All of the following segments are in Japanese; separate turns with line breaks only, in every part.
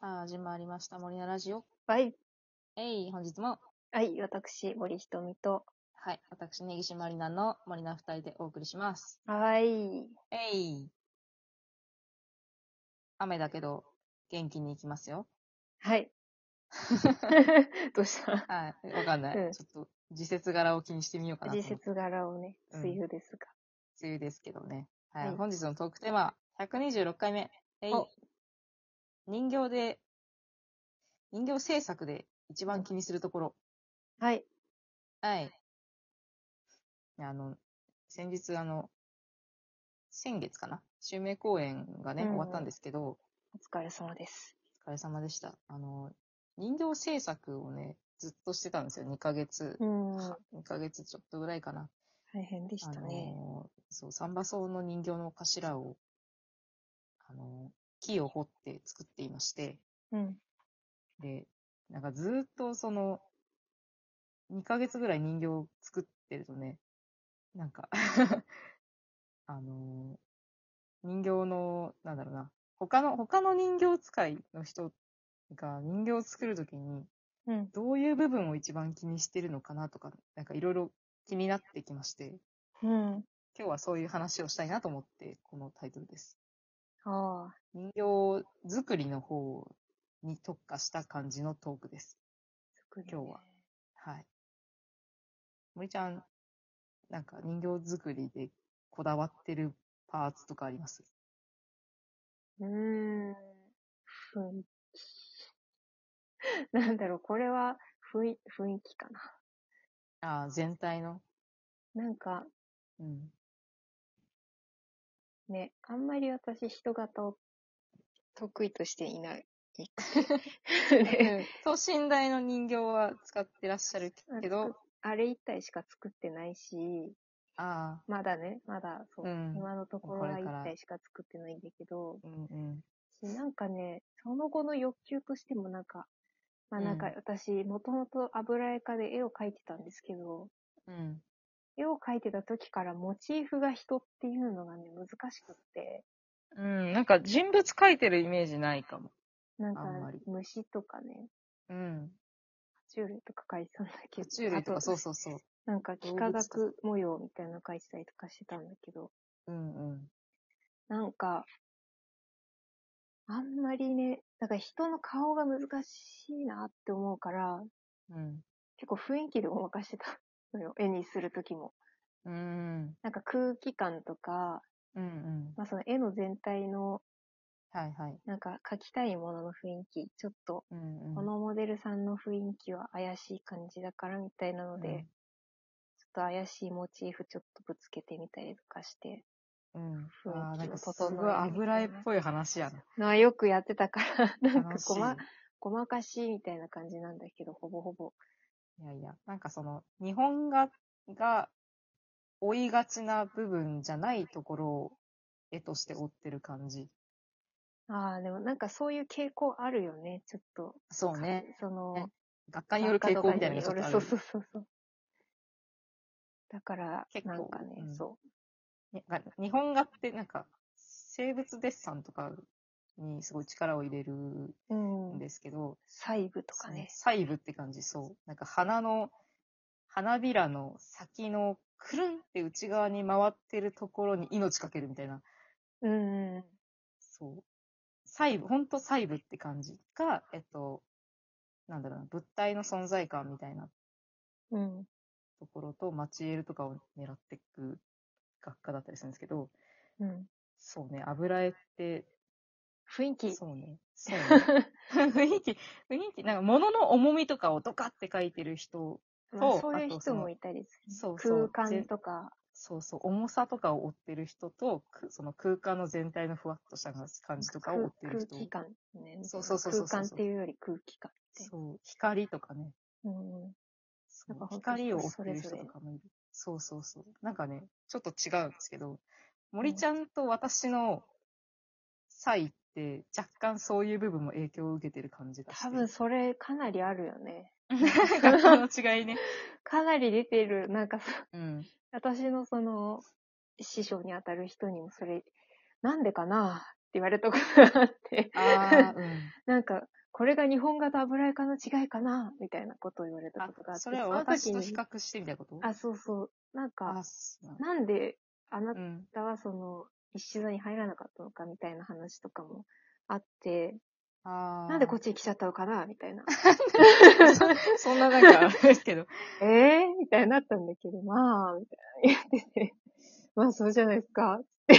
あ始まりました。森菜ラジオ。
はい。
えい、本日も、
はい。私、森ひとみと。
はい、私、根岸まりなの森菜二人でお送りします。
はい。
えい。雨だけど、元気に行きます よ。
はい。どうした
はい、わかんない。
うん
ちょっと、時節柄を気にしてみようかなと
時
思って。
節柄をね、
うん
梅雨ですが。
梅雨ですけどね。はい、
はい
本日のトークテーマ、126回目。えい
お。
人形で、人形制作で一番気にするところ。
はい。
はい。あの、先日、あの、先月かな襲名公演がね、
うんうん
終わったんですけど、
お疲れ様です。
お疲れ様でした。あの、人形制作をね、ずっとしてたんですよ。2ヶ月、
うん。
2ヶ月ちょっとぐらいかな。
大変でしたね。
あのそう、サンバソウの人形の頭を、あの、木を彫って作っていまして、
うん。
で、なんかずーっとその、2ヶ月ぐらい人形を作ってるとね、なんか、 あのー人形の、なんだろうな、他の、他の人形使いの人が人形を作るときに、
うん。
どういう部分を一番気にしてるのかなとか、なんかいろいろ気になってきまして、
うん。
今日はそういう話をしたいなと思って、このタイトルです。
ああ。
人形作りの方に特化した感じのトークです。
作りね
今日は。はい。森ちゃん、なんか人形作りでこだわってるパーツとかあります
うーん。雰囲気。なんだろう、これは雰囲雰囲気か
ああ、全体の。
な。なんか
うん。
ね、あんまり私人型を得意として いない。 で
等身大の人形は使ってらっしゃるけ
う
ど
ん、あれ一体しか作ってないし、
ああ、
まだね、まだそう、
うん
今のところ
こ
は
れ
一
から
体しか作ってないんだけど、
うんうん。
なんかね、その後の欲求としてもなんか、まあなん
う
か
ん
私、もともと油絵科で絵を描いてたんですけど、
うん。
絵を描いてた時からモチーフが人っていうのがね、難しくって、
うん、なんか人物描いてるイメージないかも。
なんか
あんまり
虫とかね、
うん。
爬虫類とか描いてたんだけ
爬
ど、
虫類と
あ
か、そうそうそう。
なんか幾
動
何
物とか
学模様みたいなの描いてたりとかしてたんだけど、
うんうん。
なんか、あんまりね、なんか人の顔が難しいなって思うから、
うん。
結構雰囲気でごまかしてたのよ、絵にするときも。
うん。
なんか空気感とか、
うんうん。
まあその絵の全体の、
はいはい。
なんか描きたいものの雰囲気、ちょっと、
うんうん。
このモデルさんの雰囲気は怪しい感じだからみたいなので、ちょっと怪しいモチーフちょっとぶつけてみたりとかして、
うん。うん。
雰囲気
ああ、なんか
を
す
整える
ごい油絵っぽい話やな。
まあよくやってたから、 なんか
楽し
ご
い
ま、ごまかしみたいな感じなんだけど、ほぼほぼ。
いやいや、なんかその、日本画が追いがちな部分じゃないところを絵として追ってる感じ。
ああ、でもなんかそういう傾向あるよね、ちょっと。
そうね。
その
ね、学科による傾向みたいなのがちょっとある。
作家とかによるそうそうそうそう。だから、
結構
なんかね、
うん
そ
ねが日本画ってなんか、生物デッサンとかにすごい力を入れるん
う。うん。
ですけど、
細部とかね。
細部って感じ、そう。なんか花の、花びらの先のくるんって内側に回ってるところに命かけるみたいな。
うんうん。
そう。細部、ほんと細部って感じか、えっと、なんだろうな、物体の存在感みたいな
うん。
ところと、マチエールとかを狙っていく学科だったりするんですけど、
うん。
そうね、油絵って、
雰囲気。
そうね、そう ね。雰囲気、雰囲気、なんか物の重みとかをドカって描いてる人、
ま
そ
あ、
う
そうい
あ
う
とそ
人
の
もいたりす
そう
る。
そう
空
ぜ
間とか。
そうそう、重さとかを追ってる人と、くその空間の全体のふわっとした感じとかを追ってる
空
人。
気感ね。
そうそうそうそうそう
空間っていうより空気感って。
そう、光とかね。
うんうん。
そう
なんか本当
光を追ってる
人
人
それぞれ
とかもいる。そうそうそう。なんかね、ちょっと違うんですけど、森ちゃんと私の際って若干そういう部分も影響を受けてる感じがして。
多分それかなりあるよね。
学校の違いね。
かなり出てる、なんかそ
う
う
ん。
私のその、師匠にあたる人にもそれ、なんでかな言われたことがあって、
ああ、うん。
なんか、これが日本画と油絵科の違いかなみたいなことを言われたことがあっ
あ、
て、
それは
の
私
時
と
に
比較してみたいなこと
あ、そうそう。なんか
あ、、そう
なんであな
うん。
たはその、石座に入らなかったのかみたいな話とかもあって、
ああ。
なんでこっちに来ちゃったのかなみたいな。
そそんな なんか、あれですけど。
ええみたいになったんだけど、まあ、みたいな言 ってて、まあそうじゃないですか。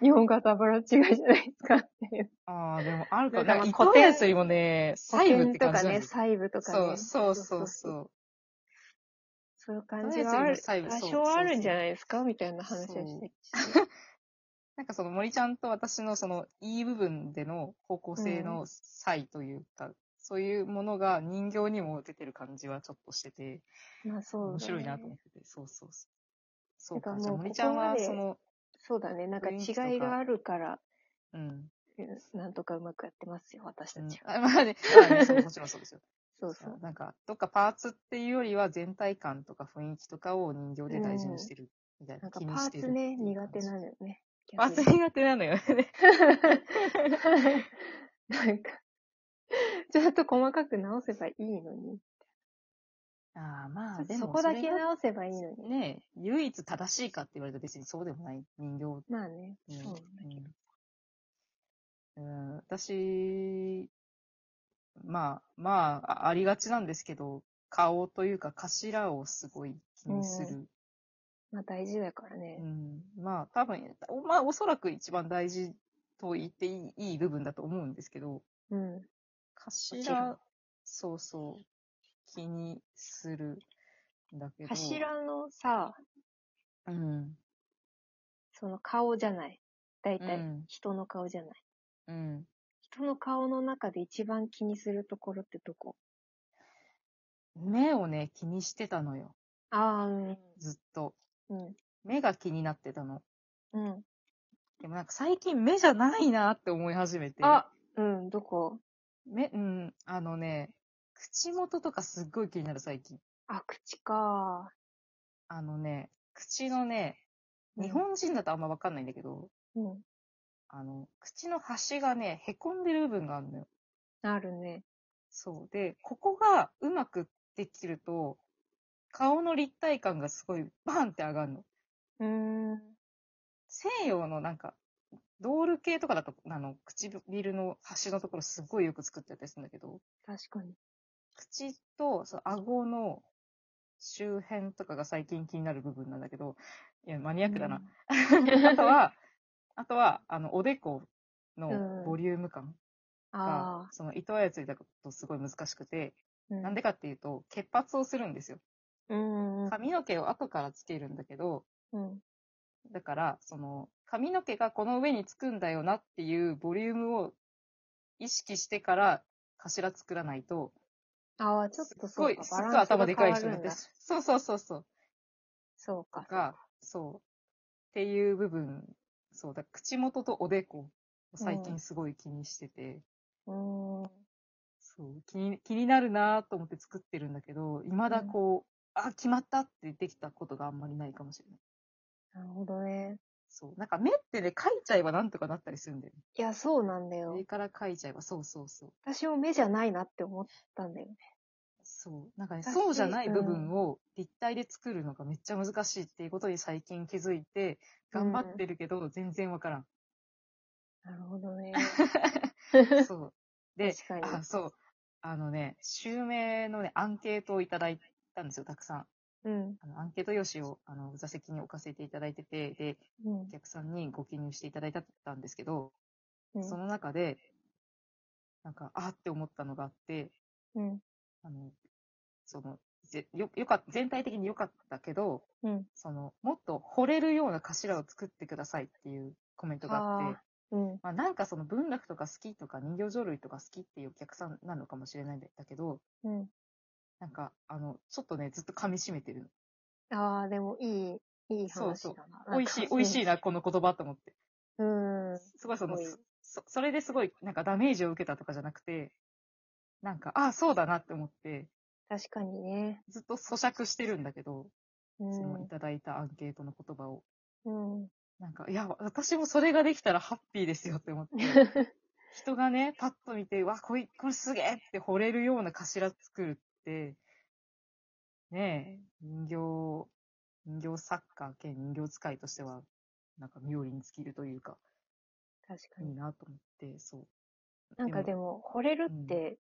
日本型バラ違いじゃないですかっていう。
ああ、でもあるか
な
なん
んか
か、
まあ
糸
古典
やすりもね、細部って
と
感
か
じなん
ね、
ですよ。
細部とか
そ
ね。
うそうそうそう。
そういう感じがある。
とりあえず今細部
多
そう
少あ
そう
る
そうん
じゃないですかみたいな話をしてきて。
なんかその森ちゃんと私のそのいい部分での方向性の差異というか、そういうものが人形にも出てる感じはちょっとしてて、
まあそう、ね。
面白いなと思ってて、そうそうそう。そう
て
か、
か
じゃあ
もう
森ちゃんは
ここまで
その、
そうだね。なんか
雰囲気とか
違いがあるから、
うん。
うんなんとかうまくやってますよ、私た
うん
ちは。
あまあね、まあねそうもちろんそう ですよ。
そうそう。
なんか、どっかパーツっていうよりは全体感とか雰囲気とかを人形で大事にしてるみたいな。
なんか
気
パ
にして
ー
る
ツ
って
ね、
いう
苦
感
手
じ
なのよね。
パー
逆に
ツ苦手なの よね。
なんか、ちょっと細かく直せばいいのに。
ああ、まあ、でも
そこだ
れ
け
が
直せばいいのに。
ねえ、唯一正しいかって言われると別にそうでもない人形。
まあね。
うん
そう
うんうん、私、まあ、まあ、あありがちなんですけど、顔というか頭をすごい気にする。
まあ大事だから
う
ね。
んまあ、多分、おまあ、おそらく一番大事と言っていいいい部分だと思うんですけど、
うん。もちろ
頭
ん、
そうそう、気にするんだけど。
柱のさ、
うん。
その顔じゃない。大
う
体
ん、
人の顔じゃない。
うん。
人の顔の中で一番気にするところってどこ
目をね、気にしてたのよ。
ああ、うん。
ずっと。
うん。
目が気になってたの。
うん。
でもなんか最近目じゃないなって思い始めて。
あ、うん、どこ
目、うん、あのね、口元とかすっごい気になる最近。
あ、口か。
あのね、口のね、
うん
日本人だとあんまわかんないんだけど、
うん。
あの、口の端がね、へこんでる部分があるのよ。
あるね。
そう。で、ここがうまくできると、顔の立体感がすごいバンって上がるの。
うーん。
西洋のなんか、ドール系とかだと、あの、唇の端のところすごいよく作ってたりするんだけど、
確かに。
口と、その顎の周辺とかが最近気になる部分なんだけど、いや、マニアックだな。
うん
あとは、あとは、あの、おでこ
うん
のボリューム感が、
ああ。
その糸あやつりだとすごい難しくて、な
なん
でかっていうと、潔髪をするんですよ。
うんうん
髪の毛を後からつけるんだけど、
うん。
だから、その、髪の毛がこの上につくんだよなっていうボリュームを意識してから、頭作らないと、
ああ、ちょっと
すご
そう
い、
か、
す
バ
っ
ラ
ごい
ンスが変
頭
わ
でかい人に
る
なっ
ん
て
だ。
し、そうそうそうそう、
そうか。
が、そう、っていう部分、そうだ、口元とおでこ、最近すごい気にしてて、
うーん。
そう、気に気になるなと思って作ってるんだけど、未だこう、あ、決まったってできたことがあんまりないかもしれない。
なるほどね。
そう。なんか目ってね、描いちゃえばなんとかなったりするんだよね。
いや、そうなんだよ
上。から描いちゃえば、そうそうそう。
私も目じゃないなって思ったんだよね。
そう。なんかね、
私
そうじゃない部
う
分を立体で作るのがめっちゃ難しいっていうことに最近気づいて、頑張ってるけど、全然わからん。
なるほど ね。
そう。で、
確か
あ、
に。
そう。あのね、襲名のね、アンケートをいただいたんですよ、たくさん。
うん。
あのアンケート用紙をあの座席に置かせていただいてて、で、
うん
お。客さんにご記入していただいたんですけど、
う
そ
ん
の中で、なんか、あーって思ったのがあって、
うん。
あの、その、ぜよ、よかっ全体的に良かったけど、
うん。
その、もっと惚れるような頭を作ってくださいっていうコメントがあって、
あーうん。
まあなんかその文楽とか好きとか人形浄瑠璃とか好きっていうお客さんなのかもしれないんだけど、
うん。
なんか、あの、ちょっとね、ずっと噛み締めてる
ああ、でもいい、いい
そう
話
そう
だな。
の。美味しい、美味しい
い。
な、この言葉と思って。
うん。うん
すごいその、
すごい
そ、それですごい、なんかダメージを受けたとかじゃなくて、なんか、ああ、そうだなって思って、
確かにね。
ずっと咀嚼してるんだけど、
う
そのい
ん。
ただいたアンケートの言葉を。
うん。
なんか、いや、私もそれができたらハッピーですよって思って、 人がね、パッと見て、わ、これ、これすげえって惚れるような頭作るって、ねえ、人形、人形作家兼人形使いとしては、なんか妙利に尽きるというか、
確か
いい
に。
なと思って、そう。
なんかでも、惚れるって、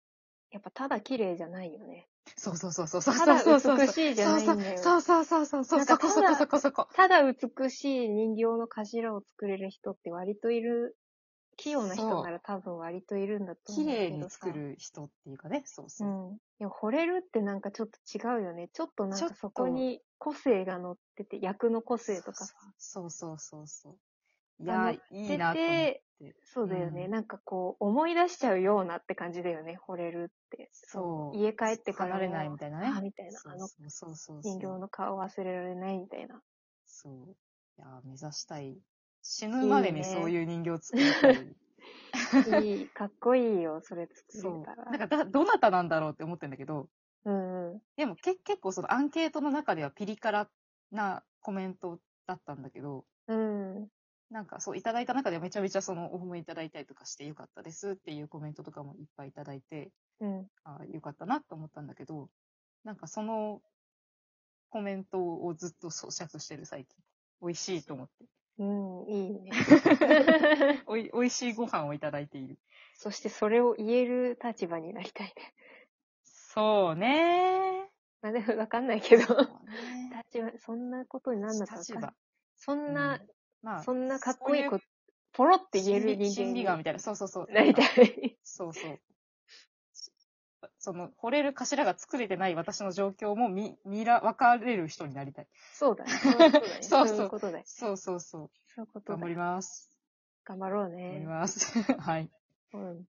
やっぱただ綺麗じゃないよね。
そうそうそうそう。
ただ
そうそうそう
美しいじゃないんだよ
そうそうそうそうそうそう。
なんか
そ
た
こ
だ
そこそこそこ。
ただ美しい人形の頭を作れる人って割といる、器用な人なら多分割といるんだと思
綺
うけ
麗
ど
に
さ。
作る人っていうかね、そう
う
そう。
ん。でも惚れるってなんかちょっと違うよね。ちょっとなん
ちょ
か
っと
そこに個性が乗ってて、役の個性とかさ。
そうそうそうそう。い
あ
や
の、
いいなと思って。
ててそうだよね、
うん
なんかこう、思い出しちゃうようなって感じだよね、惚れるって。
そう
家帰ってから
離
も
れないみたいなね
あ、みたいな。
そ
あ
う
の
そうそうそう。
人形の顔忘れられないみたいな。
そう。いやー、目指したい。死ぬまで
い
に
いね
そういう人形を作りたい。
いい、かっこいいよ、それ作れ
そ
たら。
う。なんかだ、どなたなんだろうって思ってんだけど、
うんうん。
でもけ結構そのアンケートの中ではピリ辛なコメントだったんだけど、
うん。
なんかそういただいた中ではめちゃめちゃそのお褒めいただいたりとかしてよかったですっていうコメントとかもいっぱいいただいて、
うん。
あーよかったなと思ったんだけど、なんかそのコメントをずっと咀嚼してる最近。美味しいと思って。
うん、いい ね。
おい、美味しいご飯をいただいている。
そしてそれを言える立場になりたいね。
そうね
まあでもわかんないけど。
ー。
立場、そんなことになんなかわか
立
んない
場。
そんな、
うんまあ、
そんなかっこいい
そう
こ
う
と、ポロって言える
心理
人間
心
に
理学みたいな。そうそうそう。
なりたい。
そうそう。その、惚れる頭が作れてない私の状況も見、見ら、分かれる人になりたい。
そうだね。 そうだね
そうそう
そういうことだよ。
そうそうそう。
そういうこと
頑
だ
張
よ
ります。
頑張ろうね
頑張。ります。はい。
うん